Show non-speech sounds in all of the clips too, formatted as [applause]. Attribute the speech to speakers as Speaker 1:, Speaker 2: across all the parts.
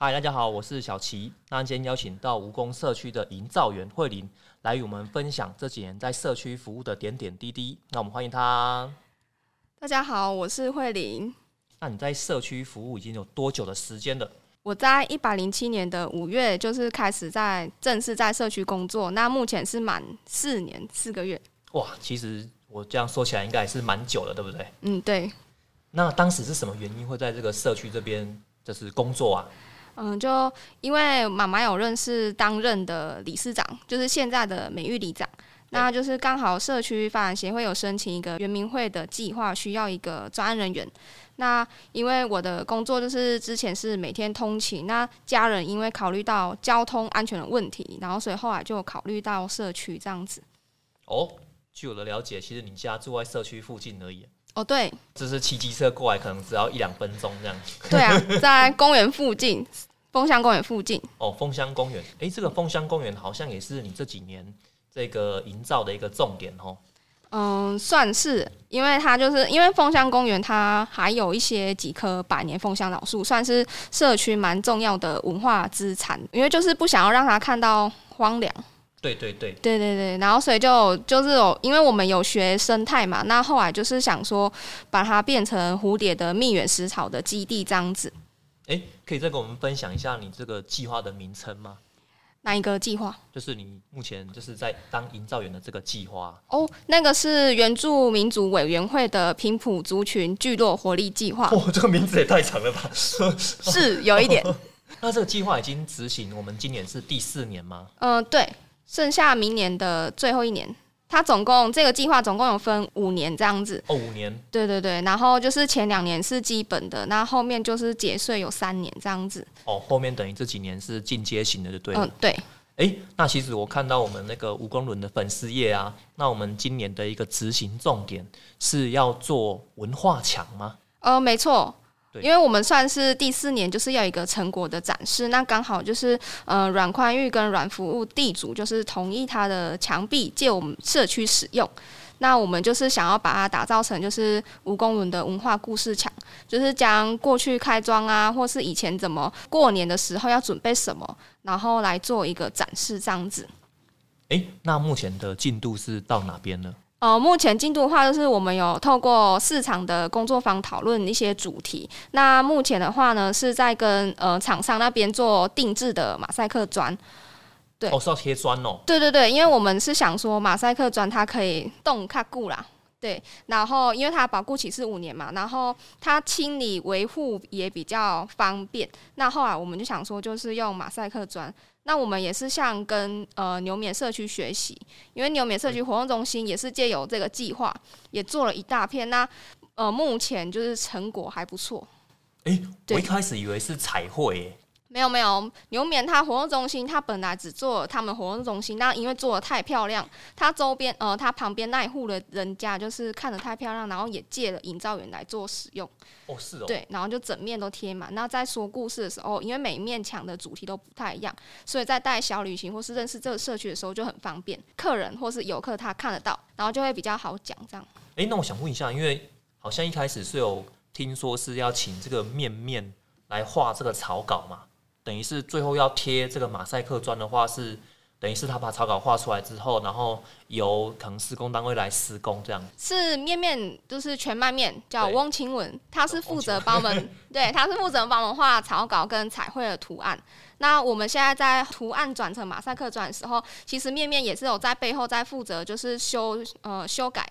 Speaker 1: 嗨，大家好，我是小齐。那今天邀请到蜈蚣社区的营造员慧玲来与我们分享这几年在社区服务的点点滴滴。那我们欢迎她。
Speaker 2: 大家好，我是慧玲。
Speaker 1: 那你在社区服务已经有多久的时间了？
Speaker 2: 我在一百零七年的五月就是开始在正式在社区工作，那目前是满四年四个月。
Speaker 1: 哇，其实我这样说起来应该也是蛮久了，对不对？
Speaker 2: 嗯，对，
Speaker 1: 那当时是什么原因会在这个社区这边就是工作啊？
Speaker 2: 嗯，就因为妈妈有认识当任的理事长，就是现在的美育里长，那就是刚好社区发展协会有申请一个圆明会的计划，需要一个专案人员。那因为我的工作就是之前是每天通勤，那家人因为考虑到交通安全的问题，然后所以后来就考虑到社区这样子。
Speaker 1: 哦，据我的了解，其实你家住在社区附近而已，
Speaker 2: 哦，对，
Speaker 1: 就是骑机车过来可能只要一两分钟这样。
Speaker 2: 对啊，在公园附近，风向公园附近。
Speaker 1: 哦，枫香公园，诶，这个枫香公园好像也是你这几年这个营造的一个重点哦。
Speaker 2: 嗯，算是，因为它就是因为枫香公园，它还有一些几棵百年枫香老树，算是社区蛮重要的文化资产。因为就是不想要让它看到荒凉，
Speaker 1: 对对对，
Speaker 2: 对对对，然后所以就就是有，因为我们有学生态嘛，那后来就是想说把它变成蝴蝶的蜜源食草的基地这样子。
Speaker 1: 诶，可以再跟我们分享一下你这个计划的名称吗？
Speaker 2: 那一个计划
Speaker 1: 就是你目前就是在当营造员的这个计划。
Speaker 2: 哦，那个是原住民族委员会的平埔族群聚落活力
Speaker 1: [laughs]
Speaker 2: 计划，
Speaker 1: 哦，这个名字也太长了吧？
Speaker 2: 是有一点。
Speaker 1: [laughs] 那这个计划已经执行，我们今年是第四年吗？
Speaker 2: 嗯、对，剩下明年的最后一年，它总共这个计划总共有分五年这样子。
Speaker 1: 哦，五年。
Speaker 2: 对对对，然后就是前两年是基本的，那后面就是节税有三年这样子。
Speaker 1: 哦，后面等于这几年是进阶型的，就对
Speaker 2: 嗯、
Speaker 1: 了。
Speaker 2: 对，
Speaker 1: 诶，那其实我看到我们那个蜈蚣轮的粉丝页啊，那我们今年的一个执行重点是要做文化墙吗？
Speaker 2: 呃，没错。
Speaker 1: 对
Speaker 2: 因为我们算是第四年，就是要有一个成果的展示。那刚好就是，呃，软宽裕跟软服务地主就是同意他的墙壁借我们社区使用。那我们就是想要把它打造成就是蜈蚣轮的文化故事墙，就是将过去开庄啊，或是以前怎么过年的时候要准备什么，然后来做一个展示这样子。
Speaker 1: 诶，那目前的进度是到哪边呢？
Speaker 2: 呃，目前进度的话，就是我们有透过市场的工作坊讨论一些主题。那目前的话呢，是在跟呃厂商那边做定制的马赛克砖。对
Speaker 1: 哦，是要贴砖哦。
Speaker 2: 对对对，因为我们是想说马赛克砖它可以动卡固啦。对，然后因为它保固期是五年嘛，然后它清理维护也比较方便。那后来我们就想说，就是用马赛克砖。那我们也是向跟呃牛免社区学习，因为牛免社区活动中心也是借由这个计划，也做了一大片。那呃，目前就是成果还不错。
Speaker 1: 诶，
Speaker 2: 对
Speaker 1: 我一开始以为是彩绘耶，
Speaker 2: 没有没有，牛棉它活动中心，它本来只做他们活动中心，那因为做的太漂亮，它周边呃，它旁边那一户的人家就是看的太漂亮，然后也借了营造员来做使用，
Speaker 1: 哦，是哦。
Speaker 2: 对，然后就整面都贴满。那在说故事的时候，因为每一面墙的主题都不太一样，所以在带小旅行或是认识这个社区的时候就很方便，客人或是游客他看得到，然后就会比较好讲这样。
Speaker 1: 诶，那我想问一下，因为好像一开始是有听说是要请这个面面来画这个草稿嘛，等于是最后要贴这个马赛克砖的话是。等于是他把草稿画出来之后，然后由可能施工单位来施工这样。
Speaker 2: 是面面，就是全麦面，叫
Speaker 1: 对
Speaker 2: 翁清文，他是负责帮
Speaker 1: [laughs]
Speaker 2: 我们，对，他是负责帮我们画草稿跟彩绘的图案。那我们现在在图案转成马赛克砖的时候，其实面面也是有在背后在负责，就是修呃修改。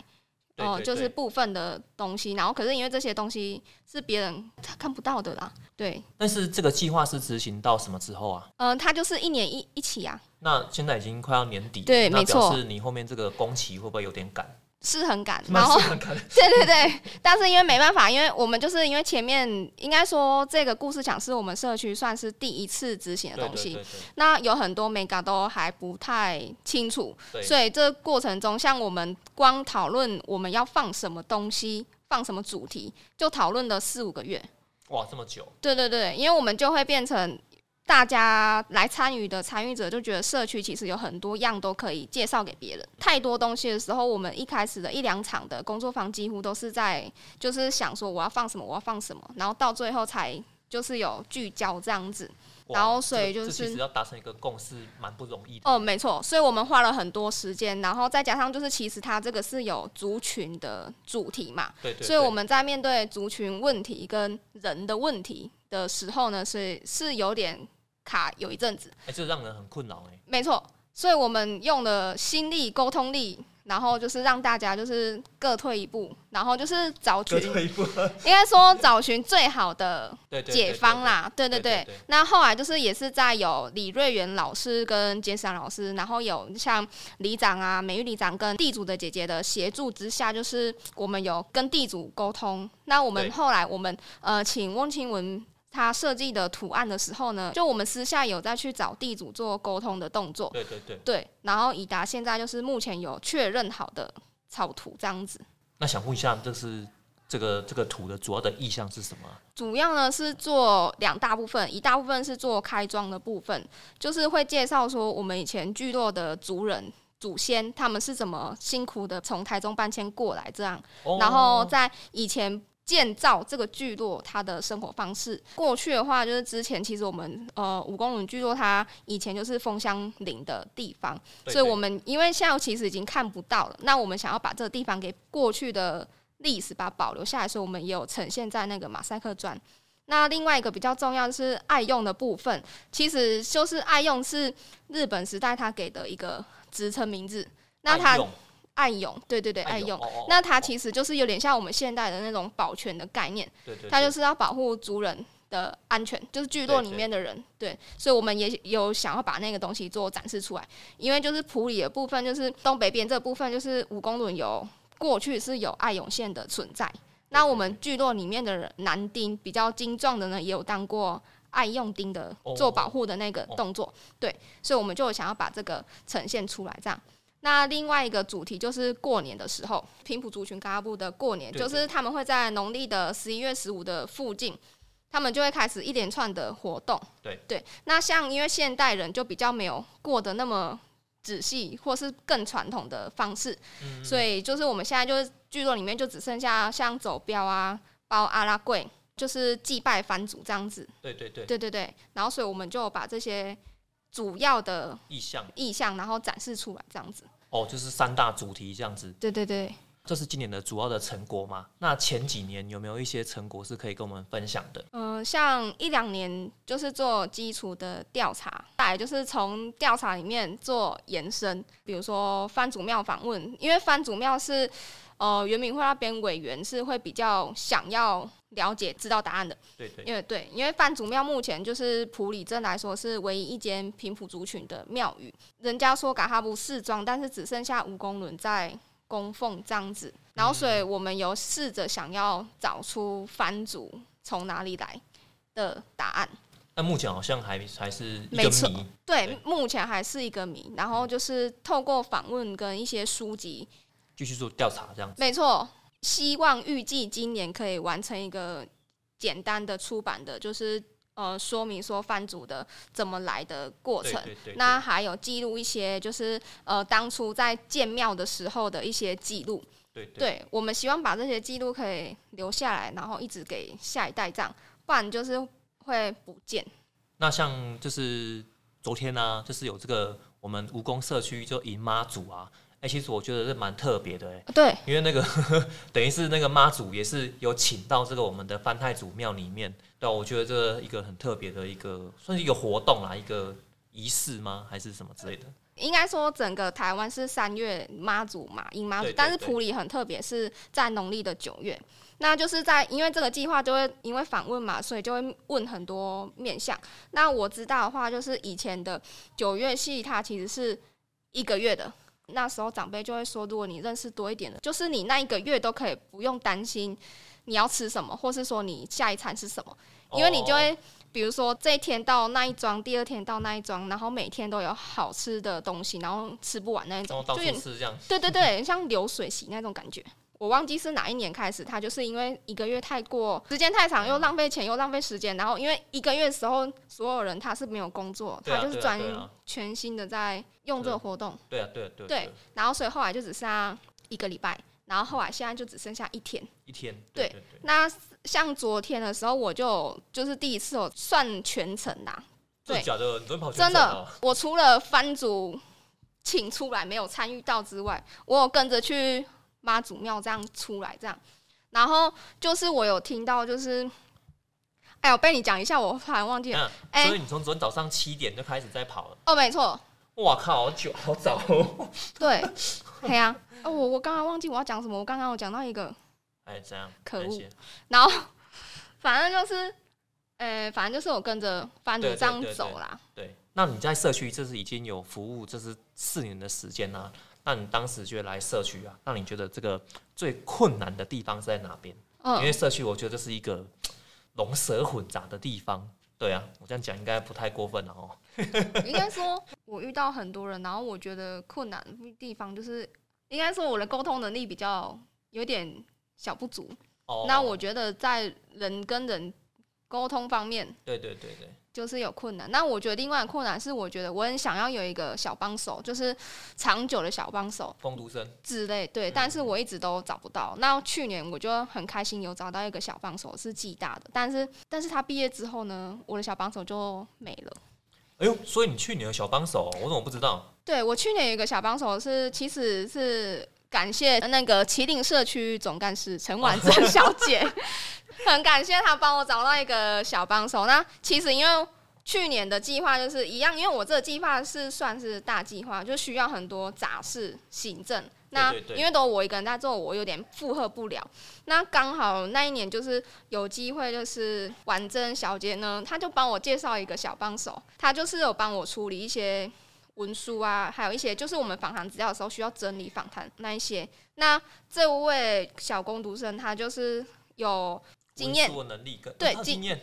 Speaker 1: 对
Speaker 2: 哦、
Speaker 1: 对
Speaker 2: 就
Speaker 1: 对
Speaker 2: 是部分的东西，然后可是因为这些东西是别人他看不到的啦，对，
Speaker 1: 但是这个计划是执行到什么之后啊？
Speaker 2: 嗯、他就是一年一一起啊，
Speaker 1: 那现在已经快要年底了，
Speaker 2: 对
Speaker 1: 那
Speaker 2: 没错
Speaker 1: 表示你后面这个工期会不会有点赶？
Speaker 2: 是很赶，然后
Speaker 1: 蛮是很赶的
Speaker 2: 对对对，但是因为没办法，因为我们就是因为前面应该说这个故事墙是我们社区算是第一次执行 [laughs] 的
Speaker 1: 对
Speaker 2: 东西，
Speaker 1: 对对对
Speaker 2: 那有很多 mega 都还不太清楚，
Speaker 1: 对
Speaker 2: 所以这个过程中，像我们光讨论我们要放什么东西，放什么主题，就讨论了四五个月。
Speaker 1: 哇，这么久，
Speaker 2: 对对对，因为我们就会变成。大家来参与的参与者就觉得社区其实有很多样都可以介绍给别人。太多东西的时候，我们一开始的一两场的工作坊几乎都是在就是想说我要放什么，我要放什么，然后到最后才就是有聚焦这样子。
Speaker 1: 哇
Speaker 2: 然后所以
Speaker 1: 这个
Speaker 2: 就
Speaker 1: 这
Speaker 2: 是
Speaker 1: 其实要达成一个共识，蛮不容易的。
Speaker 2: 哦，没错，所以我们花了很多时间，然后再加上就是其实它这个是有族群的主题嘛，
Speaker 1: 对对对，
Speaker 2: 所以我们在面对族群问题跟人的问题的时候呢，是是有点卡有一阵子，
Speaker 1: 哎、这让人很困扰哎、 [laughs]
Speaker 2: 没错。所以我们用了心力、沟通力，然后就是让大家就是各退一步，然后就是找
Speaker 1: 各
Speaker 2: 寻，
Speaker 1: 退一步，
Speaker 2: 应该说找寻最好的
Speaker 1: 对对对
Speaker 2: 解方，啦，对对
Speaker 1: 对
Speaker 2: 对
Speaker 1: 对对。
Speaker 2: 那后来就是也是在有李瑞元老师跟简赏老师，然后有像里长啊、美玉里长跟地主的姐姐的协助之下，就是我们有跟地主沟通。那我们
Speaker 1: 对
Speaker 2: 后来我们呃请翁清文。他设计的图案的时候呢，就我们私下有再去找地主做沟通的动作，
Speaker 1: 对对对对。
Speaker 2: 对，然后以达现在就是目前有确认好的草图这样子。
Speaker 1: 那想问一下，这是这个这个图的主要的意向是什么啊？
Speaker 2: 主要呢是做两大部分，一大部分是做开庄的部分，就是会介绍说我们以前聚落的族人。祖先他们是怎么辛苦的从台中搬迁过来，这样，
Speaker 1: 哦
Speaker 2: 然后在以前建造这个聚落，它的生活方式。过去的话，就是之前其实我们呃五公仑聚落，它以前就是枫香林的地方，
Speaker 1: 对
Speaker 2: 所以
Speaker 1: 对
Speaker 2: 我们因为现在其实已经看不到了，那我们想要把这个地方给过去的历史把它保留下来，所以我们也有呈现在那个马赛克砖。那另外一个比较重要就是爱用的部分，其实就是爱用是日本时代他给的一个职称名字。那
Speaker 1: 爱
Speaker 2: 它
Speaker 1: 用
Speaker 2: 爱用，对对对，爱用。
Speaker 1: 哦哦
Speaker 2: 那
Speaker 1: 哦
Speaker 2: 它其实就是有点像我们现代的那种保全的概念，
Speaker 1: 对对，
Speaker 2: 它就是是要保护族人的安全，就是聚落
Speaker 1: 对
Speaker 2: 里
Speaker 1: 对
Speaker 2: 面的人。对，所以我们也有想要把那个东西做展示出来，因为就是普里的部分，就是东北边这部分，就是五公仑有过去是有爱涌现的存在。那我们聚落里面的人，男丁比较精壮的呢，也有当过爱用丁的
Speaker 1: 哦
Speaker 2: 做保护的那个
Speaker 1: 哦
Speaker 2: 动作，对，所以我们就想要把这个呈现出来，这样。那另外一个主题就是过年的时候，平埔族群嘎拉布的过年，
Speaker 1: 对
Speaker 2: 就
Speaker 1: 对
Speaker 2: 是他们会在农历的十一月十五的附近，他们就会开始一连串的活动。
Speaker 1: 对
Speaker 2: 对，那像因为现代人就比较没有过得那么仔细，或是更传统的方式，
Speaker 1: 嗯
Speaker 2: 所以就是我们现在就是聚落里面就只剩下像走镖啊、包阿拉贵，就是祭拜番主这样子。
Speaker 1: 对对对
Speaker 2: 对对对，然后所以我们就把这些主要的
Speaker 1: 意向
Speaker 2: 意象，然后展示出来这样子。
Speaker 1: 哦，就是三大主题这样子，
Speaker 2: 对对对。
Speaker 1: 这是今年的主要的成果嘛？那前几年有没有一些成果是可以跟我们分享的？
Speaker 2: 嗯、像一两年就是做基础的调查，再来就是从调查里面做延伸，比如说番主庙访问，因为番主庙是呃原民会那边委员是会比较想要了解知道答案的，
Speaker 1: 对对
Speaker 2: 因为对，因为番主庙目前就是普里镇来说是唯一一间平埔族群的庙宇，人家说嘎哈布寺庄，但是只剩下五公仑在供奉这样子，然后所以我们有试着想要找出番族从哪里来的答案。
Speaker 1: 那目前好像还还是一
Speaker 2: 没
Speaker 1: 个
Speaker 2: 错
Speaker 1: 谜，对
Speaker 2: 对，目前还是一个谜。然后就是透过访问跟一些书籍，
Speaker 1: 继续做调查这样子。
Speaker 2: 没错，希望预计今年可以完成一个简单的出版的，就是呃说明说番主的怎么来的过
Speaker 1: 对
Speaker 2: 程。
Speaker 1: 对对，
Speaker 2: 那还有记录一些，就是呃，当初在建庙的时候的一些记录。
Speaker 1: 对对
Speaker 2: 对我们希望把这些记录可以留下来，然后一直给下一代这样，不然就是会不见。
Speaker 1: 那像就是昨天呢、啊就是有这个我们蜈蚣社区就迎妈祖啊，哎、其实我觉得是蛮特别的、哎，
Speaker 2: 对，
Speaker 1: 因为那个 [laughs] 等于是那个妈祖也是有请到这个我们的番太祖庙里面，对啊、我觉得这个一个很特别的一个算是一个活动啦，一个仪式吗？还是什么之类的？
Speaker 2: 应该说整个台湾是三月妈祖嘛，迎妈祖
Speaker 1: 对对，
Speaker 2: 但是
Speaker 1: 对
Speaker 2: 普里很特别，是在农历的九月。那就是在因为这个计划就会因为访问嘛，所以就会问很多面向。那我知道的话，就是以前的九月戏它其实是一个月的。那时候长辈就会说，如果你认识多一点的，就是你那一个月都可以不用担心你要吃什么，或是说你下一餐是什么，因为你
Speaker 1: 哦
Speaker 2: 就会比如说这一天到那一庄，第二天到那一庄，然后每天都有好吃的东西，然后吃不完那一
Speaker 1: 然后
Speaker 2: 种，
Speaker 1: 到
Speaker 2: 就
Speaker 1: 处
Speaker 2: 有
Speaker 1: 是这样，
Speaker 2: 对对对，像流水席那种感觉。我忘记是哪一年开始，他就是因为一个月太过时间太长，又
Speaker 1: 啊
Speaker 2: 浪费钱又浪费时间，然后因为一个月的时候，所有人他是没有工作，
Speaker 1: 对啊
Speaker 2: 他就
Speaker 1: 对
Speaker 2: 是
Speaker 1: 啊
Speaker 2: 专
Speaker 1: 对啊
Speaker 2: 全心的在用这个活动，
Speaker 1: 对啊，对啊，对啊，
Speaker 2: 对，然后所以后来就只剩下一个礼拜，然后后来现在就只剩下一天。
Speaker 1: 一天，
Speaker 2: 对
Speaker 1: 对对，
Speaker 2: 那像昨天的时候，我就就是第一次有算全程啦，
Speaker 1: 真
Speaker 2: 对
Speaker 1: 的假的？你昨天跑全
Speaker 2: 真
Speaker 1: 程
Speaker 2: 的
Speaker 1: 哦，，
Speaker 2: 我除了番组请出来没有参与到之外，我有跟着去妈祖庙这样出来这样，然后就是我有听到就是，哎呦，被你讲一下，我突然忘记了，
Speaker 1: 嗯
Speaker 2: 哎、
Speaker 1: 所以你从昨天早上七点就开始在跑了，
Speaker 2: 哦，没错，
Speaker 1: 哇靠，好久，好早哦。 [laughs]
Speaker 2: 对，嘿呀、啊，哦，我我刚刚忘记我要讲什么，我刚刚有讲到一个，
Speaker 1: 哎，这样，
Speaker 2: 可
Speaker 1: 没
Speaker 2: 恶
Speaker 1: 关系
Speaker 2: 然后反正就是，呃，反正就是我跟着番组
Speaker 1: 对对
Speaker 2: 这样
Speaker 1: 对对
Speaker 2: 走啦，
Speaker 1: 对，那你在社区这是已经有服务，这是四年的时间啦、啊那你当时觉得来社区啊，那你觉得这个最困难的地方是在哪边？
Speaker 2: 嗯
Speaker 1: 因为社区我觉得是一个龙蛇混杂的地方。对啊，我这样讲应该不太过分了哦。
Speaker 2: 应该说，我遇到很多人，然后我觉得困难的地方就是，应该说我的沟通能力比较有点小不足。
Speaker 1: 哦，
Speaker 2: 那我觉得在人跟人沟通方面
Speaker 1: 对对对对，
Speaker 2: 就是有困难。那我觉得另外的困难是，我觉得我很想要有一个小帮手，就是长久的小帮手
Speaker 1: 风读生，
Speaker 2: 之类，对，但是我一直都找不到。那去年我就很开心有找到一个小帮手，是暨大的，但是但是他毕业之后呢，我的小帮手就没了。
Speaker 1: 哎呦，所以你去年的小帮手，哦我怎么不知道？
Speaker 2: 对我去年有一个小帮手是，其实是感谢那个麒麟社区总干事陈婉珍
Speaker 1: 哦
Speaker 2: 小姐， [laughs] 很感谢她帮我找到一个小帮手。那其实因为去年的计划就是一样，因为我这个计划是算是大计划，就需要很多杂事行政。那
Speaker 1: 对对对
Speaker 2: 因为都我一个人在做，我有点负荷不了。那刚好那一年就是有机会，就是婉珍小姐呢，她就帮我介绍一个小帮手，她就是有帮我处理一些文书啊，还有一些就是我们访谈资料的时候需要整理访谈那一些。那这位小工读生他就是有经验
Speaker 1: 文，书的能力跟
Speaker 2: 对
Speaker 1: 啊他有
Speaker 2: 经
Speaker 1: 经验，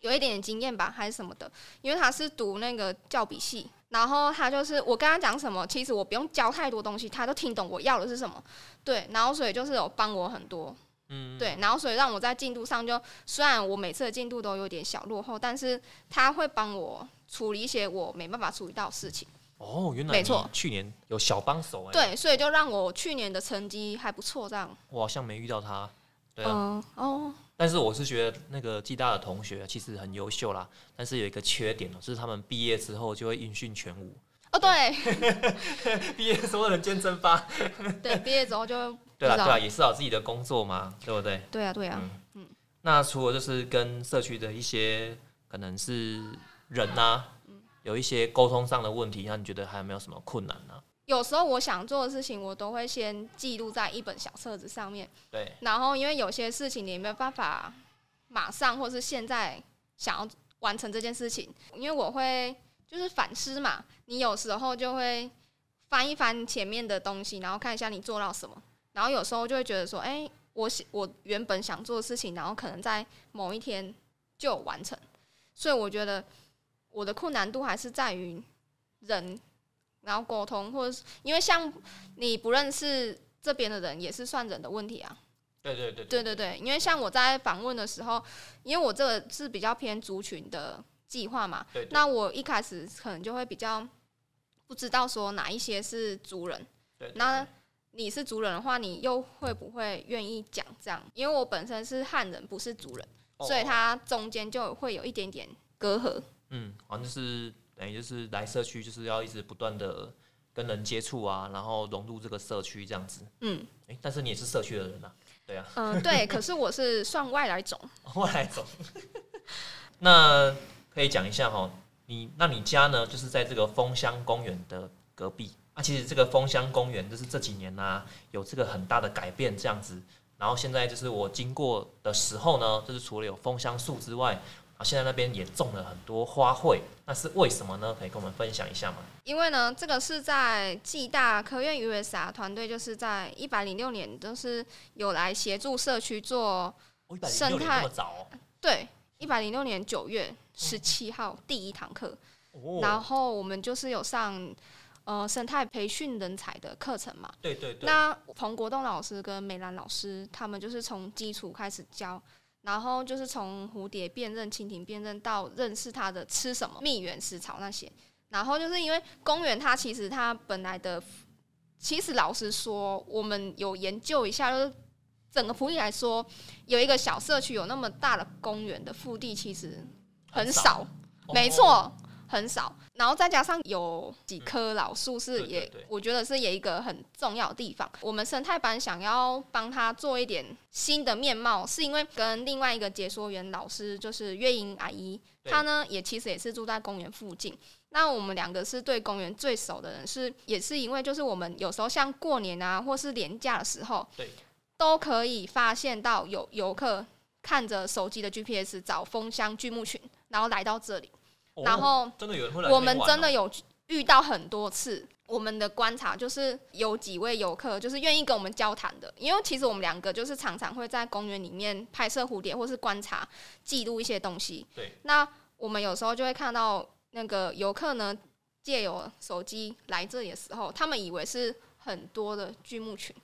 Speaker 2: 有一点点经验吧，还是什么的，因为他是读那个教笔系，然后他就是我跟他讲什么，其实我不用教太多东西，他都听懂我要的是什么，对，然后所以就是有帮我很多，
Speaker 1: 嗯，
Speaker 2: 对，然后所以让我在进度上就，虽然我每次的进度都有点小落后，但是他会帮我处理一些我没办法处理到的事情。
Speaker 1: 哦，原来
Speaker 2: 没错
Speaker 1: 你去年有小帮手哎、，
Speaker 2: 对，所以就让我去年的成绩还不错，这样。
Speaker 1: 我好像没遇到他，对啊，
Speaker 2: 嗯、哦，
Speaker 1: 但是我是觉得那个暨大的同学其实很优秀啦，但是有一个缺点哦、就是他们毕业之后就会音讯全无，
Speaker 2: 哦，对
Speaker 1: [laughs] 毕业之后人间蒸发。
Speaker 2: 对，毕业之后就
Speaker 1: 对啦，对啊
Speaker 2: 不知道
Speaker 1: 啦，也是有自己的工作嘛，对不对？
Speaker 2: 对啊，对啊，
Speaker 1: 那除了就是跟社区的一些可能是人啊，
Speaker 2: 嗯
Speaker 1: 有一些沟通上的问题，那你觉得还有没有什么困难啊呢、
Speaker 2: 有时候我想做的事情，我都会先记录在一本小册子上面。
Speaker 1: 对，
Speaker 2: 然后因为有些事情你没有办法马上或是现在想要完成这件事情，因为我会就是反思嘛，你有哎时候就会翻一翻前面的东西，然后看一下你做到什么，然后有时候就会觉得说，哎、我想我原本想做的事情，然后可能在某一天就有完成，所以我觉得我的困难度还是在于人。然后沟通，或者是因为像你不认识这边的人，也是算人的问题啊。
Speaker 1: 对对对
Speaker 2: 对对对，因为像我在访问的时候，因为我这个是比较偏族群的计划嘛，
Speaker 1: 对
Speaker 2: 那我一开始可能就会比较不知道说哪一些是族人，
Speaker 1: 对
Speaker 2: 那你是族人的话，你又会不会愿意讲这样？因为我本身是汉人，不是族人，
Speaker 1: 哦
Speaker 2: 所以它中间就会有一点点隔阂。
Speaker 1: 嗯，好像就是等于就是来社区就是要一直不断的跟人接触啊，然后融入这个社区这样子。
Speaker 2: 嗯
Speaker 1: 哎，但是你也是社区的人啊，对啊。
Speaker 2: 嗯、呃对，可是我是算外来种。
Speaker 1: 后来走。 [laughs] 那可以讲一下哈，你那你家呢，就是在这个枫香公园的隔壁。啊，其实这个枫香公园就是这几年呢、啊有这个很大的改变这样子。然后现在就是我经过的时候呢，就是除了有枫香树之外，啊，现在那边也种了很多花卉，那是为什么呢？可以跟我们分享一下吗？
Speaker 2: 因为呢，这个是在暨大科院 USR 团队，就是在一百零六年，就是有来协助社区做
Speaker 1: 我一百零
Speaker 2: 生
Speaker 1: 六
Speaker 2: 态
Speaker 1: 年那么早哦
Speaker 2: 对一百零六年九月十七号第一堂课，
Speaker 1: 哦，
Speaker 2: 然后我们就是有上呃生态培训人才的课程嘛。
Speaker 1: 对对对，
Speaker 2: 那彭国栋老师跟梅兰老师，他们就是从基础开始教，然后就是从蝴蝶辨认、蜻蜓辨认到认识它的吃什么、蜜源食草那些。然后就是因为公园它其实它本来的，其实老实说，我们有研究一下，就是整个普里来说，有一个小社区有那么大的公园的腹地，其实很
Speaker 1: 少，
Speaker 2: 少。
Speaker 1: 哦
Speaker 2: 没，错，很少。然后再加上有几棵老树是
Speaker 1: 对
Speaker 2: 也，
Speaker 1: 对对
Speaker 2: 我觉得是也一个很重要的地方。我们生态班想要帮它做一点新的面貌，是因为跟另外一个解说员老师就是月英阿姨，
Speaker 1: 对
Speaker 2: 她呢也其实也是住在公园附近。那我们两个是对公园最熟的人，是也是因为就是我们有时候像过年啊，或是年假的时候，
Speaker 1: 对，
Speaker 2: 都可以发现到有游客看着手机的 GPS 找蜂箱巨木群，然后来到这里。
Speaker 1: 哦
Speaker 2: 然后
Speaker 1: 真的有人会来这边玩哦，
Speaker 2: 我们真的有遇到很多次。我们的观察就是有几位游客就是愿意跟我们交谈的，因为其实我们两个就是常常会在公园里面拍摄蝴蝶或是观察记录一些东西。
Speaker 1: 对，
Speaker 2: 那我们有时候就会看到那个游客呢借由手机来这里的时候，他们以为是很多的锯木群。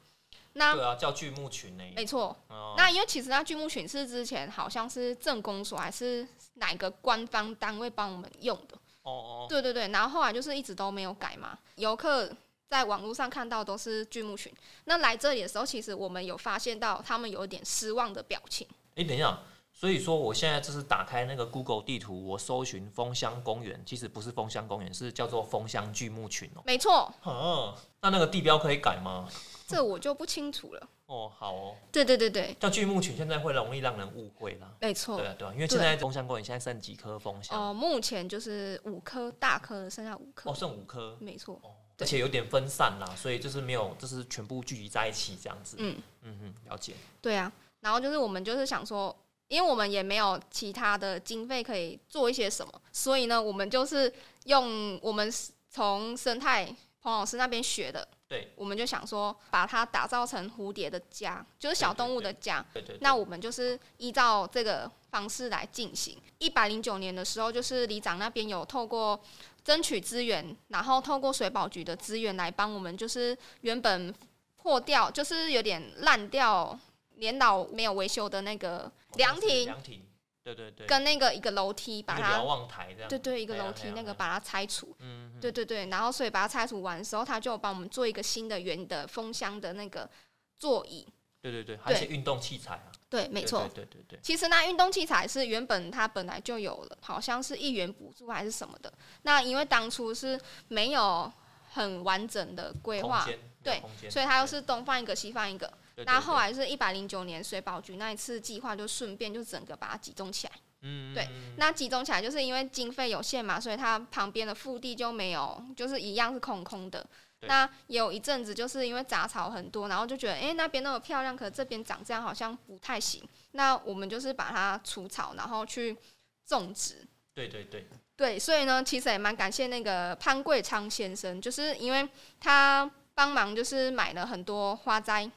Speaker 2: 那
Speaker 1: 对啊，叫巨木群呢，
Speaker 2: 没错，
Speaker 1: 哦
Speaker 2: 那因为其实那锯木群是之前好像是政工所还是哪个官方单位帮我们用的。
Speaker 1: 哦哦，
Speaker 2: 对对对，然后后来就是一直都没有改嘛。游客在网络上看到都是锯木群，那来这里的时候，其实我们有发现到他们有一点失望的表情。
Speaker 1: 哎，等一下。所以说，我现在就是打开那个 Google 地图，我搜寻枫香公园，其实不是枫香公园，是叫做枫香巨木群哦。
Speaker 2: 没错，
Speaker 1: 哦，那那个地标可以改吗？
Speaker 2: 这我就不清楚了。
Speaker 1: 哦，好哦，
Speaker 2: 对对对对，
Speaker 1: 叫巨木群现在会容易让人误会啦。
Speaker 2: 没
Speaker 1: 对
Speaker 2: 错。
Speaker 1: 啊，对啊，因为现在枫香公园现在剩几棵枫香？
Speaker 2: 哦、目前就是五颗大颗的，剩下五颗。
Speaker 1: 哦，剩五棵，
Speaker 2: 没错，
Speaker 1: 而
Speaker 2: 对
Speaker 1: 且有点分散啦，所以就是没有，就是全部聚集在一起这样子。
Speaker 2: 嗯，
Speaker 1: 嗯哼，了解。
Speaker 2: 对啊。然后就是我们就是想说，因为我们也没有其他的经费可以做一些什么，所以呢，我们就是用我们从生态彭老师那边学的，
Speaker 1: 对
Speaker 2: 我们就想说，把它打造成蝴蝶的家，就是小动物的家。
Speaker 1: 对对对
Speaker 2: 那我们就是依照这个方式来进行。一百零九年的时候，就是里长那边有透过争取资源，然后透过水保局的资源来帮我们，就是原本破掉，就是有点烂掉、年老没有维修的那个凉亭，
Speaker 1: 哦凉亭，对对对，
Speaker 2: 跟那个一个楼梯，把
Speaker 1: 一个瞭
Speaker 2: 它
Speaker 1: 望台这样。
Speaker 2: 对对一个
Speaker 1: 对啊
Speaker 2: 楼
Speaker 1: 对
Speaker 2: 梯
Speaker 1: 啊对啊
Speaker 2: 那个把它拆除。
Speaker 1: 嗯，嗯
Speaker 2: 对对对，然后所以把它拆除完的时候，他就帮我们做一个新的圆的封箱的那个座椅。
Speaker 1: 对对对，还有一些运动器材啊。
Speaker 2: 对，没错。
Speaker 1: 对对对对，
Speaker 2: 其实那运动器材是原本它本来就有了，好像是一元补助还是什么的。那因为当初是没有很完整的规
Speaker 1: 对
Speaker 2: 划
Speaker 1: 空，间，
Speaker 2: 对
Speaker 1: 有空间，
Speaker 2: 所以它又是东放一个西放一个。
Speaker 1: 对。对
Speaker 2: 那后，来是一百零九年水保局那一次计划，就顺便就整个把它集中起来。
Speaker 1: 对嗯，嗯
Speaker 2: 对
Speaker 1: 嗯
Speaker 2: 那集中起来，就是因为经费有限嘛，所以它旁边的腹地就没有，就是一样是空空的。
Speaker 1: 对
Speaker 2: 那也有一阵子，就是因为杂草很多，然后就觉得，诶，那边那么漂亮，可这边长这样好像不太行。那我们就是把它除草，然后去种植。
Speaker 1: 对对对，
Speaker 2: 对，所以呢，其实也蛮感谢那个潘贵昌先生，就是因为他帮忙，就是买了很多花栽。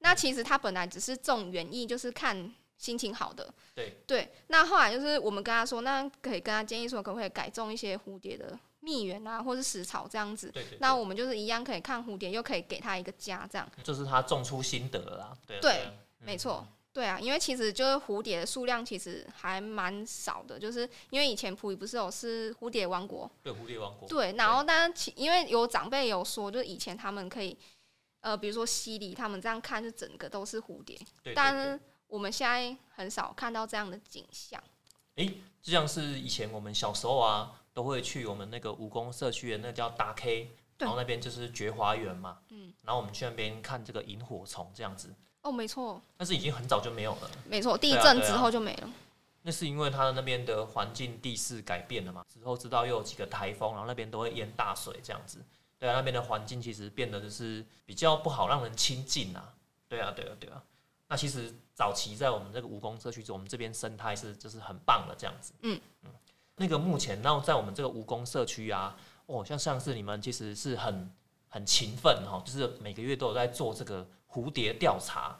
Speaker 2: 那其实他本来只是种园艺，就是看心情好的。
Speaker 1: 对
Speaker 2: 对，那后来就是我们跟他说，那可以跟他建议说，可不可以改种一些蝴蝶的蜜源啊，或是食草这样子。
Speaker 1: 对对。
Speaker 2: 那我们就是一样可以看蝴蝶，又可以给他一个家，这样、
Speaker 1: 对就是他种出心得了啦。对啊
Speaker 2: 对
Speaker 1: 对啊，嗯
Speaker 2: 没错。对啊，因为其实就是蝴蝶的数量其实还蛮少的，就是因为以前普里不是有是蝴蝶王国，
Speaker 1: 对蝴蝶王国，
Speaker 2: 对，然后但其因为有长辈有说，就是以前他们可以，呃，比如说西里他们这样看，就整个都是蝴蝶，
Speaker 1: 对，对
Speaker 2: 但
Speaker 1: 对
Speaker 2: 是我们现在很少看到这样的景象。
Speaker 1: 就像是以前我们小时候啊，都会去我们那个蜈蚣社区的那个叫达 K，
Speaker 2: 对
Speaker 1: 然后那边就是觉华园嘛，
Speaker 2: 嗯，
Speaker 1: 然后我们去那边看这个萤火虫这样子，
Speaker 2: 哦，没错，
Speaker 1: 但是已经很早就没有了。
Speaker 2: 没错，地
Speaker 1: 对啊
Speaker 2: 震
Speaker 1: 对
Speaker 2: 之
Speaker 1: 啊
Speaker 2: 后就没了。
Speaker 1: 那是因为它那边的环境地势改变了嘛，之后知道又有几个台风，然后那边都会淹大水这样子。对啊，那边的环境其实变得就是比较不好让人亲近啊。对啊，对啊，对啊。那其实早期在我们这个蜈蚣社区，我们这边生态是就是很棒的这样子。
Speaker 2: 嗯
Speaker 1: 那个目前，然后在我们这个蜈蚣社区啊，哦，像上次你们其实是很很勤奋哈、哦，就是每个月都有在做这个蝴蝶调查，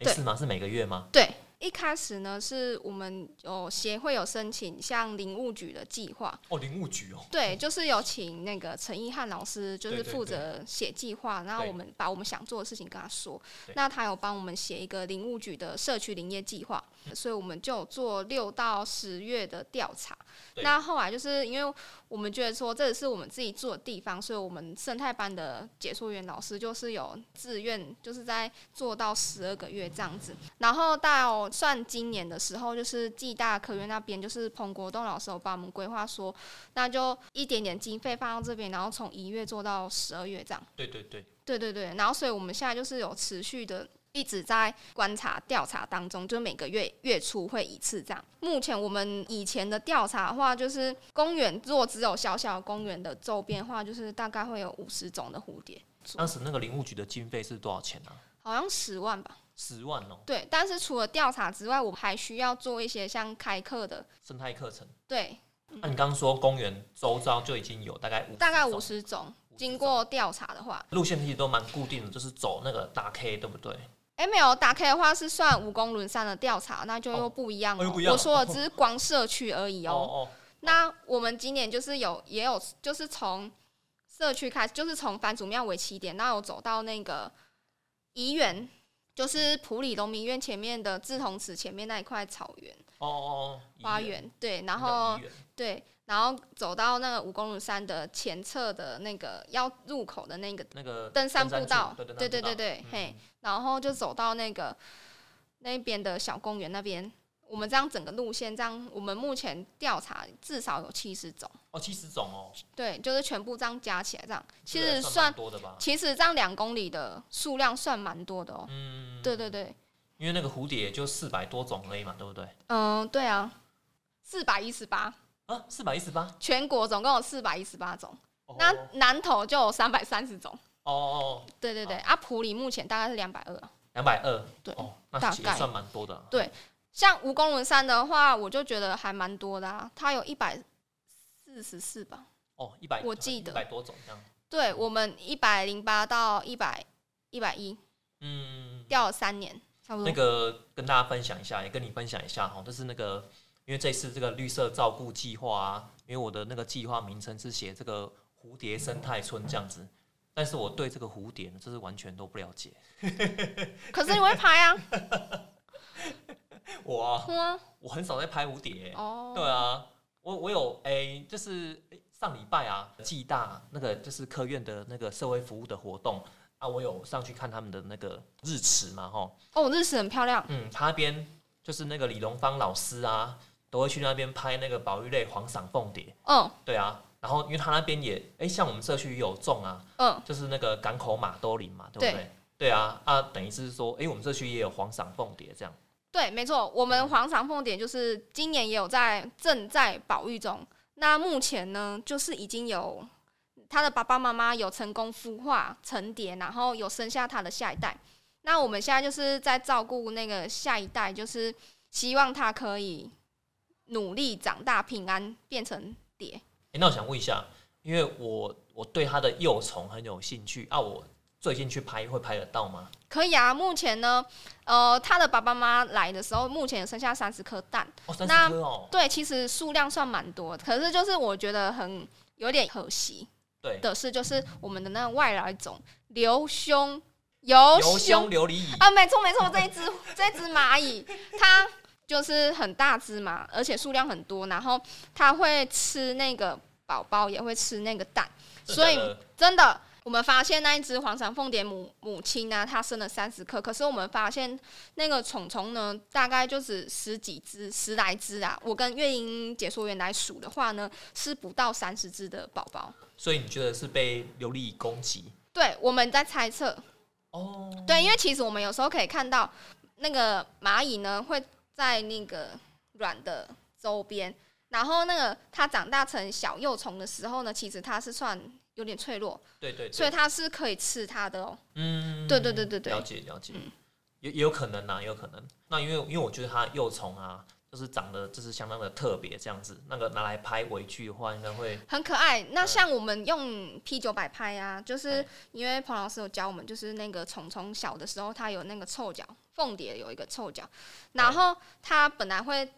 Speaker 1: 诶，
Speaker 2: 对
Speaker 1: 是吗？是每个月吗？
Speaker 2: 对，一一开始呢，是我们有协会有申请像林务局的计划，
Speaker 1: 哦，林务局哦，
Speaker 2: 对，就是有请那个陈一汉老师，就是
Speaker 1: 对对
Speaker 2: 负责写计划，然后
Speaker 1: 对
Speaker 2: 我们把我们想做的事情跟他说
Speaker 1: 对，
Speaker 2: 那他有帮我们写一个林务局的社区林业计划，所以我们就有做六到十月的调查。
Speaker 1: 对
Speaker 2: 那后来就是因为我们觉得说这是我们自己住的地方，所以我们生态班的解说员老师就是有自愿，就是在做到十二个月这样子。然后到算今年的时候，就是暨大科院那边，就是彭国栋老师有帮我们规划说，那就一点点经费放到这边，然后从一月做到十二月这样。
Speaker 1: 对对对，
Speaker 2: 对对对，然后所以我们现在就是有持续的一直在观察调查当中，就每个月月初会一次这样。目前我们以前的调查的话，就是公园如果只有小小的公园的周边的话，就是大概会有五十种的蝴蝶，
Speaker 1: 当时那个林务局的经费是多少钱啊？
Speaker 2: 好像十万吧。
Speaker 1: 十万哦，
Speaker 2: 对，但是除了调查之外，我们还需要做一些像开课的，
Speaker 1: 生态课程。
Speaker 2: 对，
Speaker 1: 那、你刚刚说公园周遭就已经有大概五，
Speaker 2: 大概五，十种。
Speaker 1: 种
Speaker 2: 经过调查的话，
Speaker 1: 路线其实都蛮固定的，就是走那个大 K，对不对？
Speaker 2: 哎，没有打开的话是算五公轮山的调查，那就又不一样
Speaker 1: 哦
Speaker 2: 了。
Speaker 1: 又不一样
Speaker 2: 我说的只是光社区而已
Speaker 1: 哦哦，
Speaker 2: 那我们今年就是有也有就是从社区开始，就是从番薯庙为起点，那有走到那个怡园，就是普里农民院前面的志同祠前面那一块草原
Speaker 1: 哦哦，哦
Speaker 2: 花，
Speaker 1: 宜
Speaker 2: 园，对，然
Speaker 1: 那
Speaker 2: 后
Speaker 1: 宜园
Speaker 2: 对，然后走到那个五公里山的前侧的那个要入口的那个
Speaker 1: 那个
Speaker 2: 登山步道，
Speaker 1: 对
Speaker 2: 对对对对，嘿，，然后就走到那个那边的小公园那边。我们这样整个路线，这样我们目前调查至少有七十种。
Speaker 1: 哦，七十种哦，
Speaker 2: 对，就是全部这样加起来这样，其
Speaker 1: 这
Speaker 2: 实
Speaker 1: 个蛮
Speaker 2: 算，
Speaker 1: 多的吧？
Speaker 2: 其实这样两公里的数量算蛮多的哦、
Speaker 1: 嗯，
Speaker 2: 对对对，
Speaker 1: 因为那个蝴蝶也就四百多种而已嘛，对不对？
Speaker 2: 嗯、对啊，四百一十八，
Speaker 1: 啊，四百一十八。
Speaker 2: 全国总共有四百一十八种，
Speaker 1: 哦
Speaker 2: 那
Speaker 1: 哦
Speaker 2: 南投就有三百三十种。
Speaker 1: 哦哦，
Speaker 2: 对对对，啊，普里目前大概是两百二。
Speaker 1: 两百二，
Speaker 2: 对
Speaker 1: 哦，那
Speaker 2: 大
Speaker 1: 其实
Speaker 2: 概
Speaker 1: 算蛮多的啊。
Speaker 2: 对像吴公仑山的话，我就觉得还蛮多的啊，它有一百四十四吧。
Speaker 1: 哦，一百，
Speaker 2: 我记得
Speaker 1: 一百多种这样。
Speaker 2: 对我们一百零八到一百一百一，
Speaker 1: 嗯，
Speaker 2: 掉了三年，差不多。
Speaker 1: 那个跟大家分享一下，也跟你分享一下哈，就是那个，因为这次这个绿色照顾计划啊，因为我的那个计划名称是写这个蝴蝶生态村这样子，但是我对这个蝴蝶呢，就是完全都不了解。
Speaker 2: 可是你会拍啊？ [laughs]
Speaker 1: 我啊，
Speaker 2: 嗯啊
Speaker 1: 我很少在拍蝴蝶、
Speaker 2: 哦，
Speaker 1: 对啊，我我有哎、就是、哎上礼拜啊，暨大那个就是科院的那个社会服务的活动啊，我有上去看他们的那个日池嘛，哈，
Speaker 2: 哦，日食很漂亮。
Speaker 1: 嗯，他那边就是那个李荣芳老师啊，都会去那边拍那个保育类黄赏凤蝶，
Speaker 2: 嗯
Speaker 1: 对啊。然后因为他那边也，哎、像我们社区也有种啊，
Speaker 2: 嗯，
Speaker 1: 就是那个港口马兜铃嘛，对不对？
Speaker 2: 对
Speaker 1: 对啊，啊，等于是说，哎、我们社区也有黄赏凤蝶这样。
Speaker 2: 对，没错，我们黄长凤点就是今年也有在正在保育中。那目前呢，就是已经有他的爸爸妈妈有成功孵化成蝶，然后有生下他的下一代。那我们现在就是在照顾那个下一代，就是希望他可以努力长大，平安变成蝶。
Speaker 1: 哎、那我想问一下，因为我我对它的幼虫很有兴趣啊，我最近去拍会拍得到吗？
Speaker 2: 可以啊，目前呢，呃，他的爸爸妈妈来的时候，目前有生下三十颗蛋。
Speaker 1: 哦，三
Speaker 2: 那
Speaker 1: 十颗哦，
Speaker 2: 对，其实数量算蛮多的，可是就是我觉得很有点可惜
Speaker 1: 对，
Speaker 2: 的是，就是我们的那个外来种流胸游
Speaker 1: 油
Speaker 2: 胸
Speaker 1: 胸琉璃蚁，
Speaker 2: 啊，没错没错，这一只这一只蚂蚁，它就是很大只嘛，而且数量很多，然后它会吃那个宝宝，也会吃那个蛋，
Speaker 1: 真
Speaker 2: 所以
Speaker 1: 的
Speaker 2: 真的，我们发现那一只黄长凤蝶母母亲呢、它生了三十颗，可是我们发现那个虫虫呢，大概就只十几只、十来只啊。我跟月英解说员来数的话呢，是不到三十只的宝宝。
Speaker 1: 所以你觉得是被琉璃蚁攻击？
Speaker 2: 对，我们在猜测，
Speaker 1: 哦，
Speaker 2: 对，因为其实我们有时候可以看到那个蚂蚁呢会在那个卵的周边，然后那个它长大成小幼虫的时候呢，其实它是算有点脆弱，
Speaker 1: 对对对，
Speaker 2: 所以它是可以吃它的哦、
Speaker 1: 嗯，
Speaker 2: 对对对对对
Speaker 1: 了解了解
Speaker 2: 嗯，
Speaker 1: 也也有可能啊啦，也有可能。那因为因为我觉得它的幼虫啊，就是长得就是相当的特别，这样子，那个拿来拍微距的话，应该会
Speaker 2: 很可爱。那
Speaker 1: 嗯
Speaker 2: 像我们用 P 九百拍啊，就是
Speaker 1: 嗯
Speaker 2: 因为彭老师有教我们，就是那个虫虫小的时候，它有那个臭脚凤蝶有一个臭脚，然后它本来会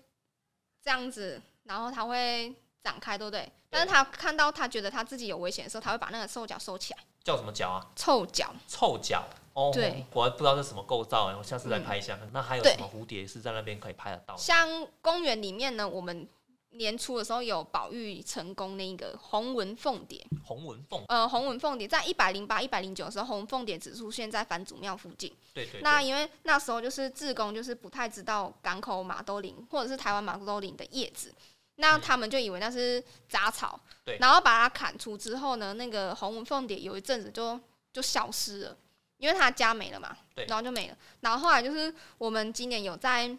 Speaker 2: 这样子，然后它会展开，对不对？但是它看到它觉得它自己有危险的时候，它会把那个臭脚收起来。
Speaker 1: 叫什么脚啊？
Speaker 2: 臭脚，
Speaker 1: 臭脚。哦，
Speaker 2: 对，嗯
Speaker 1: 我还不知道这是什么构造哎，我下次再拍一下。那还有
Speaker 2: 对
Speaker 1: 什么蝴蝶是在那边可以拍得到的？
Speaker 2: 像公园里面呢，我们年初的时候有保育成功那个红纹凤蝶，
Speaker 1: 红纹凤，
Speaker 2: 呃，红纹凤蝶在一百零八、一百零九的时候，红凤蝶只出现在反祖庙附近。
Speaker 1: 对对
Speaker 2: 那
Speaker 1: 对，
Speaker 2: 因为那时候就是志工就是不太知道港口马兜铃或者是台湾马兜铃的叶子，那
Speaker 1: 嗯
Speaker 2: 他们就以为那是杂草，
Speaker 1: 对
Speaker 2: 然后把它砍除之后呢，那个红纹凤蝶有一阵子就就消失了，因为它家没了嘛，
Speaker 1: 对
Speaker 2: 然后就没了。然后后来就是我们今年有在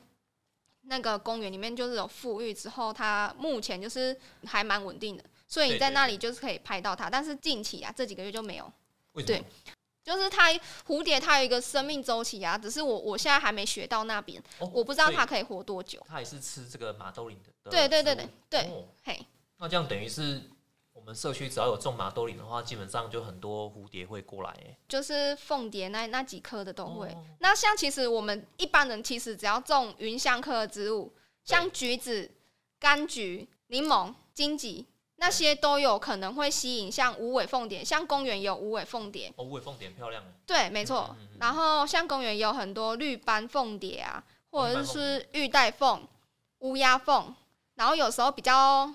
Speaker 2: 那个公园里面就是有富裕之后，它目前就是还蛮稳定的，所以你
Speaker 1: 对
Speaker 2: 在
Speaker 1: 对
Speaker 2: 那里就是可以拍到它，但是近期啊这几个月就没有。
Speaker 1: 为什么
Speaker 2: 对？就是它蝴蝶它有一个生命周期啊，只是我我现在还没学到那边，
Speaker 1: 哦
Speaker 2: 我不知道
Speaker 1: 所以
Speaker 2: 它可以活多久。
Speaker 1: 它也是吃这个马兜铃的。的
Speaker 2: 对对对
Speaker 1: 食物
Speaker 2: 对对，
Speaker 1: 哦
Speaker 2: 嘿，
Speaker 1: 那这样等于是我们社区只要有种马兜铃的话，基本上就很多蝴蝶会过来哎。
Speaker 2: 就是凤蝶那那几颗的都会。
Speaker 1: 哦
Speaker 2: 那像其实我们一般人其实只要种芸香科的植物，
Speaker 1: 对
Speaker 2: 像橘子、柑橘、柠檬、荆棘那些都有可能会吸引像无尾凤蝶，像公园也有无尾凤蝶，
Speaker 1: 哦，无尾凤蝶很漂亮哎。
Speaker 2: 对，没错。
Speaker 1: 嗯嗯嗯
Speaker 2: 然后像公园也有很多绿斑凤蝶啊，或者是玉带凤、乌鸦凤，然后有时候比较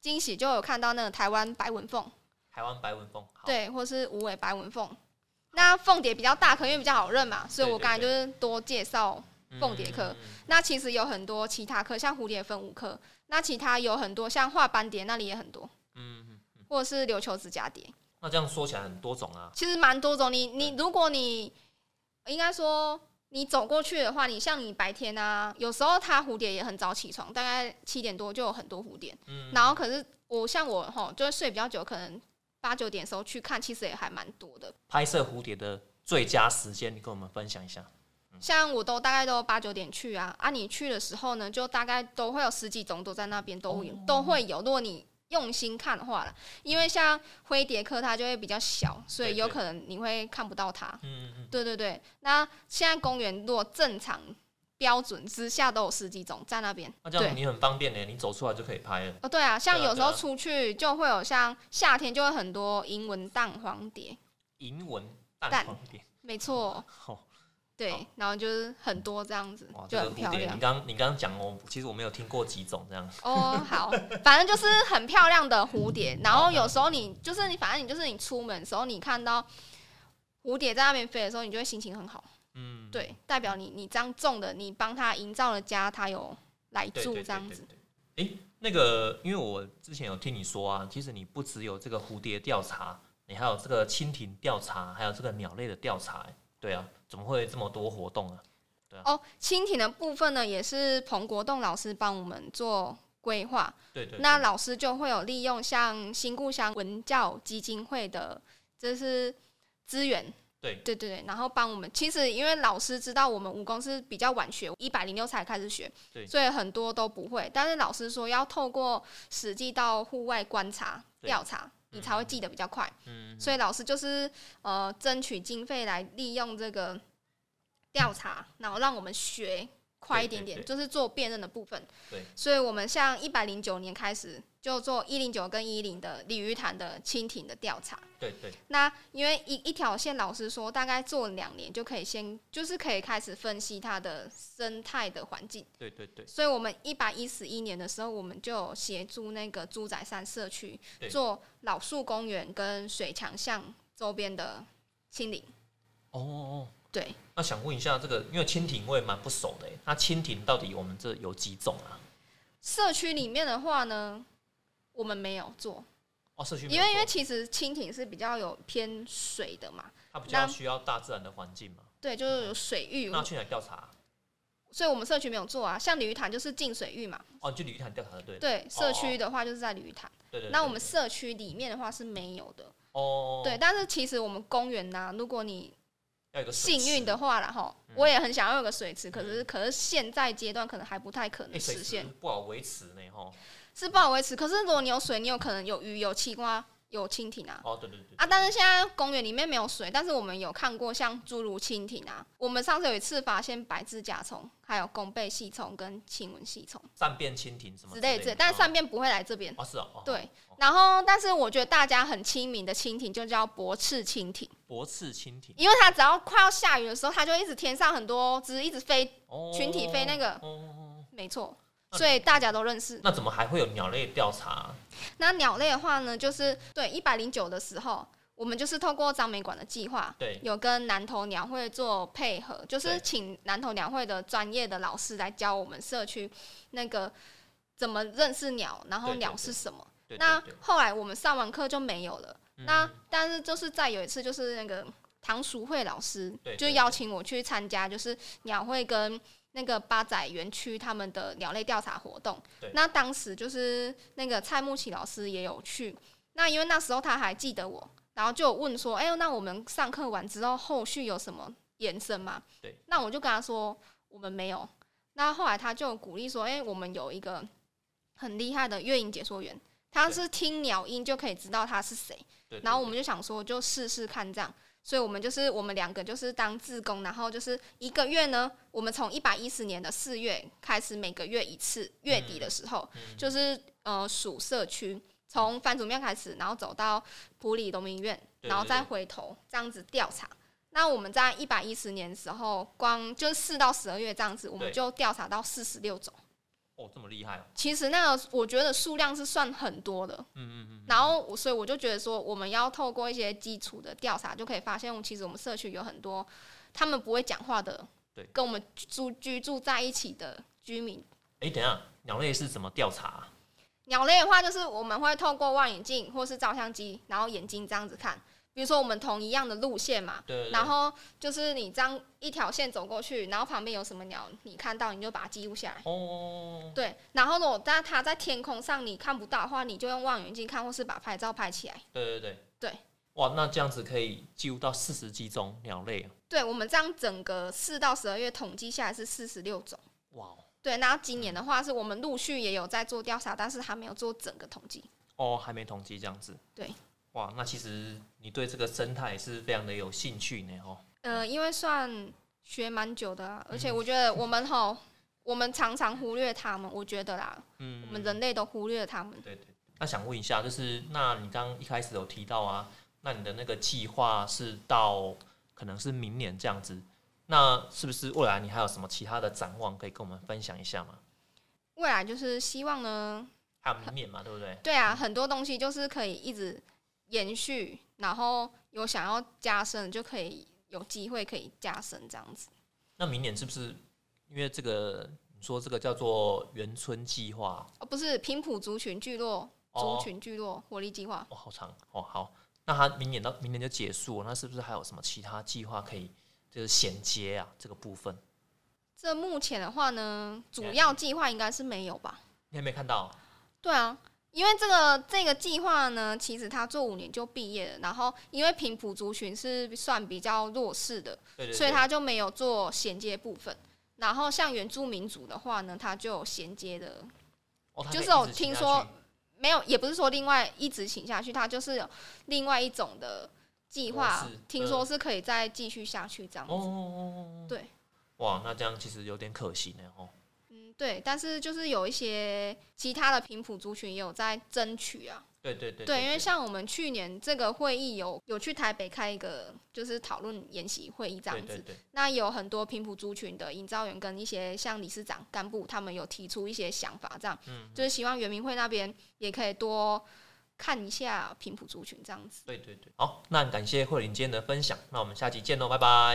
Speaker 2: 惊喜就有看到那个台湾白纹凤，
Speaker 1: 台湾白纹凤，好，
Speaker 2: 对，或是无尾白纹凤。那凤蝶比较大颗，因为比较好认嘛，所以
Speaker 1: 对
Speaker 2: 我刚才就是多介绍。
Speaker 1: 嗯
Speaker 2: 凤蝶科
Speaker 1: 嗯嗯嗯
Speaker 2: 那其实有很多其他科，像蝴蝶分五科，那其他有很多像画斑蝶那里也很多，
Speaker 1: 嗯嗯嗯，
Speaker 2: 或者是琉球指甲蝶。
Speaker 1: 那这样说起来很多种啊。
Speaker 2: 其实蛮多种。你你如果你应该说你走过去的话，你像你白天啊，有时候它蝴蝶也很早起床，大概七点多就有很多蝴蝶。
Speaker 1: 嗯，
Speaker 2: 然后可是我像我吼，就会睡比较久，可能八九点的时候去看，其实也还蛮多的。
Speaker 1: 拍摄蝴蝶的最佳时间，你跟我们分享一下。
Speaker 2: 像我都大概都八九点去啊，啊，你去的时候呢，就大概都会有十几种都在那边都有、
Speaker 1: 哦
Speaker 2: 都会有。如果你用心看的话啦，因为像灰蝶科它就会比较小，所
Speaker 1: 对
Speaker 2: 以有
Speaker 1: 对
Speaker 2: 可能你会看不到它。
Speaker 1: 嗯嗯嗯，
Speaker 2: 对对对，那现在公园如果正常标准之下都有十几种在那边。
Speaker 1: 那这样
Speaker 2: 对，
Speaker 1: 你很方便呢，你走出来就可以拍了。
Speaker 2: 哦对啊，像
Speaker 1: 对啊
Speaker 2: 有时候
Speaker 1: 对啊
Speaker 2: 出去就会有像夏天就会很多银纹蛋黄蝶，
Speaker 1: 银纹蛋
Speaker 2: 蛋
Speaker 1: 黄蝶，
Speaker 2: 没错，
Speaker 1: 哦，好
Speaker 2: 对，然后就是很多这样子
Speaker 1: 哇，，这
Speaker 2: 就
Speaker 1: 个
Speaker 2: 很
Speaker 1: 蝴
Speaker 2: 漂
Speaker 1: 蝶，你
Speaker 2: 亮。
Speaker 1: 刚你刚刚讲哦，其实我没有听过几种这样。
Speaker 2: 哦，好，反正就是很漂亮的蝴蝶。然后有时候你就是你，反正你就是你出门的时候，你看到蝴蝶在那边飞的时候，你就会心情很好。
Speaker 1: 嗯，
Speaker 2: 对，代表你你这样种的，你帮它营造了家，它有来
Speaker 1: 对，
Speaker 2: 住
Speaker 1: 对
Speaker 2: 这样子。。
Speaker 1: 哎、诶那个，因为我之前有听你说啊，其实你不只有这个蝴蝶调查，你还有这个蜻蜓调查，还有这个鸟类的调查、诶对啊，怎么会这么多活动啊？
Speaker 2: 哦，蜻蜓的部分呢，也是彭国栋老师帮我们做规划。
Speaker 1: 对对
Speaker 2: 那
Speaker 1: 对
Speaker 2: 老师就会有利用像新故乡文教基金会的，就是资源。
Speaker 1: 对
Speaker 2: 对对对，然后帮我们。其实因为老师知道我们武功是比较晚学，一百零六才开始学
Speaker 1: 对，
Speaker 2: 所以很多都不会。但是老师说要透过实际到户外观察
Speaker 1: 对
Speaker 2: 调查，你才会记得比较快。
Speaker 1: 嗯，
Speaker 2: 所以老师就是呃争取经费来利用这个调查，然后让我们学快一点点，
Speaker 1: 对对
Speaker 2: 就是做辨认的部分。
Speaker 1: 对，
Speaker 2: 所以我们像一百零九年开始就做一零九跟一零的鲤鱼潭的蜻蜓的调查。
Speaker 1: 对对，
Speaker 2: 那因为一一条线，老师说大概做两年就可以先，就是可以开始分析它的生态的环境。
Speaker 1: 对对对，
Speaker 2: 所以我们一百一十一年的时候，我们就有协助那个猪仔山社区
Speaker 1: 对
Speaker 2: 做老树公园跟水墙巷周边的清理。
Speaker 1: 哦哦
Speaker 2: 对，
Speaker 1: 哦。那想问一下，这个因为蜻蜓我也蛮不熟的，诶那蜻蜓到底我们这有几种啊？
Speaker 2: 社区里面的话呢，我们没有做，
Speaker 1: 哦，社区没
Speaker 2: 因
Speaker 1: 有
Speaker 2: 为因为
Speaker 1: 做
Speaker 2: 其实蜻蜓是比较有偏水的嘛，
Speaker 1: 它比较
Speaker 2: 那
Speaker 1: 需要大自然的环境嘛，
Speaker 2: 对，就是有水域，
Speaker 1: 那去哪里调查啊、
Speaker 2: 所以我们社区没有做啊。像鲤鱼潭就是进水域嘛，
Speaker 1: 哦，你去鲤鱼潭调查的，对了哦
Speaker 2: 对，社区的话就是在鲤鱼潭。
Speaker 1: 对对对。
Speaker 2: 那我们
Speaker 1: 对
Speaker 2: 社区里面的话是没有的，
Speaker 1: 哦，
Speaker 2: 对。但是其实我们公园呐、如果你
Speaker 1: 要有一个水
Speaker 2: 幸运
Speaker 1: 池
Speaker 2: 的话啦，哈，
Speaker 1: 嗯
Speaker 2: 我也很想要有个水池，可是可是现在阶段可能还不太可
Speaker 1: 欸
Speaker 2: 能
Speaker 1: 水
Speaker 2: 实
Speaker 1: 池
Speaker 2: 现，
Speaker 1: 不好维持呢，吼。
Speaker 2: 是不好维持。可是如果你有水，你有可能有鱼、有青蛙、有蜻蜓啊。
Speaker 1: 哦，对对对，
Speaker 2: 啊，但是现在公园里面没有水，但是我们有看过像侏儒蜻蜓啊。我们上次有一次发现白指甲虫，还有弓背细虫跟青纹细虫
Speaker 1: 善变蜻蜓什么
Speaker 2: 之
Speaker 1: 类
Speaker 2: 类
Speaker 1: 的
Speaker 2: 之类，但
Speaker 1: 哦
Speaker 2: 是善变不会来这边。
Speaker 1: 哦是哦，哦
Speaker 2: 对
Speaker 1: 哦，
Speaker 2: 然后但是我觉得大家很亲民的蜻蜓就叫薄翅蜻蜓，
Speaker 1: 驳翅蜻蜓
Speaker 2: 因为它只要快要下雨的时候，它就一直天上很多只，一直飞，
Speaker 1: 哦
Speaker 2: 群体飞那个
Speaker 1: 哦哦，哦
Speaker 2: 没错，
Speaker 1: 那
Speaker 2: 所以大家都认识。
Speaker 1: 那怎么还会有鸟类调查啊？
Speaker 2: 那鸟类的话呢，就是对一百零九的时候，我们就是透过张美馆的计划，
Speaker 1: 对
Speaker 2: 有跟南投鸟会做配合，就是
Speaker 1: 对
Speaker 2: 请南投鸟会的专业的老师来教我们社区那个怎么认识鸟，然后
Speaker 1: 对对
Speaker 2: 鸟
Speaker 1: 对
Speaker 2: 是什么。
Speaker 1: 对
Speaker 2: 那
Speaker 1: 对对
Speaker 2: 后来我们上完课就没有了。
Speaker 1: 嗯
Speaker 2: 那但是就是在有一次，就是那个唐淑慧老师
Speaker 1: 对
Speaker 2: 就
Speaker 1: 对
Speaker 2: 邀
Speaker 1: 对
Speaker 2: 请我去参加，就是鸟会跟那个八仔园区他们的鸟类调查活动
Speaker 1: 对。
Speaker 2: 那当时就是那个蔡木奇老师也有去，那因为那时候他还记得我，然后就有问说：“哎、呦，那我们上课完之后后续有什么延伸吗？”
Speaker 1: 对，
Speaker 2: 那我就跟他说我们没有。那后来他就鼓励说：“哎、我们有一个很厉害的乐音解说员，他
Speaker 1: 对
Speaker 2: 是听鸟音就可以知道他是谁。”
Speaker 1: 对对
Speaker 2: 然后我们就想说，就试试看这样。所以我们就是我们两个就是当志工，然后就是一个月呢，我们从一百一十年的四月开始，每个月一次，月底的时候、
Speaker 1: 嗯
Speaker 2: 就是呃属社区，从番薯庙开始，然后走到普里农民院，
Speaker 1: 对
Speaker 2: 然后
Speaker 1: 对
Speaker 2: 再
Speaker 1: 对
Speaker 2: 回头这样子调查。那我们在一百一十年的时候，光就是四到十二月这样子，我们
Speaker 1: 对
Speaker 2: 就调查到四十六种。
Speaker 1: 哦这么厉害哦，
Speaker 2: 其实那个我觉得数量是算很多的，
Speaker 1: 嗯嗯嗯，
Speaker 2: 然后我所以我就觉得说，我们要透过一些基础的调查，就可以发现，其实我们社区有很多他们不会讲话的，
Speaker 1: 对
Speaker 2: 跟我们住居住在一起的居民。
Speaker 1: 哎等一下鸟类是怎么调查啊？
Speaker 2: 鸟类的话，就是我们会透过望远镜或是照相机，然后眼睛这样子看，比如说我们同一样的路线嘛，
Speaker 1: 对对对
Speaker 2: 然后就是你这样一条线走过去，然后旁边有什么鸟，你看到你就把它记录下来。
Speaker 1: 哦
Speaker 2: 对，然后如果在它在天空上你看不到的话，你就用望远镜看，或是把拍照拍起来。
Speaker 1: 对对对
Speaker 2: 对。
Speaker 1: 哇，那这样子可以记录到四十几种鸟类啊，
Speaker 2: 对，我们这样整个四到十二月统计下来是四十六种。
Speaker 1: 哇哦
Speaker 2: 对，那今年的话是我们陆续也有在做调查，但是还没有做整个统计。
Speaker 1: 哦，还没统计这样子。
Speaker 2: 对。
Speaker 1: 哇，那其实你对这个生态也是非常的有兴趣呢，哦。
Speaker 2: 呃，因为算学蛮久的、啊，而
Speaker 1: 嗯
Speaker 2: 且我觉得我们吼，我们常常忽略他们，我觉得啦，
Speaker 1: 嗯
Speaker 2: 我们人类都忽略他们。
Speaker 1: 对对。那想问一下，就是那你刚刚一开始有提到啊，那你的那个计划是到可能是明年这样子，那是不是未来你还有什么其他的展望可以跟我们分享一下吗？
Speaker 2: 未来就是希望呢，
Speaker 1: 还有明年嘛，对不对？
Speaker 2: 对啊，很多东西就是可以一直延续，然后有想要加深就可以有机会可以加深这样子。
Speaker 1: 那明年是不是因为这个你说这个叫做园村计划？
Speaker 2: 哦，不是平埔族群聚落。
Speaker 1: 哦
Speaker 2: 族群聚落活力计划，
Speaker 1: 哦，好长哦，好，那它明年到明年就结束了，那是不是还有什么其他计划可以就是衔接啊这个部分？
Speaker 2: 这目前的话呢，主
Speaker 1: 嗯
Speaker 2: 要计划应该是没有吧？
Speaker 1: 你还没看到？
Speaker 2: 对啊，因为这个这个计划呢，其实他做五年就毕业了，然后因为平埔族群是算比较弱势的，
Speaker 1: 对对对，
Speaker 2: 所以他就没有做衔接部分。然后像原住民族的话呢，他就有衔接的，
Speaker 1: 哦它
Speaker 2: 就是
Speaker 1: 可以
Speaker 2: 有
Speaker 1: 一直骑
Speaker 2: 听
Speaker 1: 下
Speaker 2: 说
Speaker 1: 去
Speaker 2: 没有，也不是说另外一直请下去，他就是有另外一种的计划
Speaker 1: 模式，嗯
Speaker 2: 听说是可以再继续下去这样
Speaker 1: 哦
Speaker 2: 子。
Speaker 1: 哦，哦
Speaker 2: 对，
Speaker 1: 哇，那这样其实有点可惜呢哦。
Speaker 2: 嗯，对，但是就是有一些其他的平埔族群也有在争取啊。
Speaker 1: 对对对
Speaker 2: 对，因为像我们去年这个会议有有去台北开一个就是讨论研习会议这样子，
Speaker 1: 对对对
Speaker 2: 那有很多平埔族群的营造员跟一些像理事长干部他们有提出一些想法，这样，
Speaker 1: 嗯
Speaker 2: 就是希望圆明会那边也可以多看一下平埔族群这样子。
Speaker 1: 对对对，好，那很感谢慧玲今天的分享，那我们下期见喽，拜拜。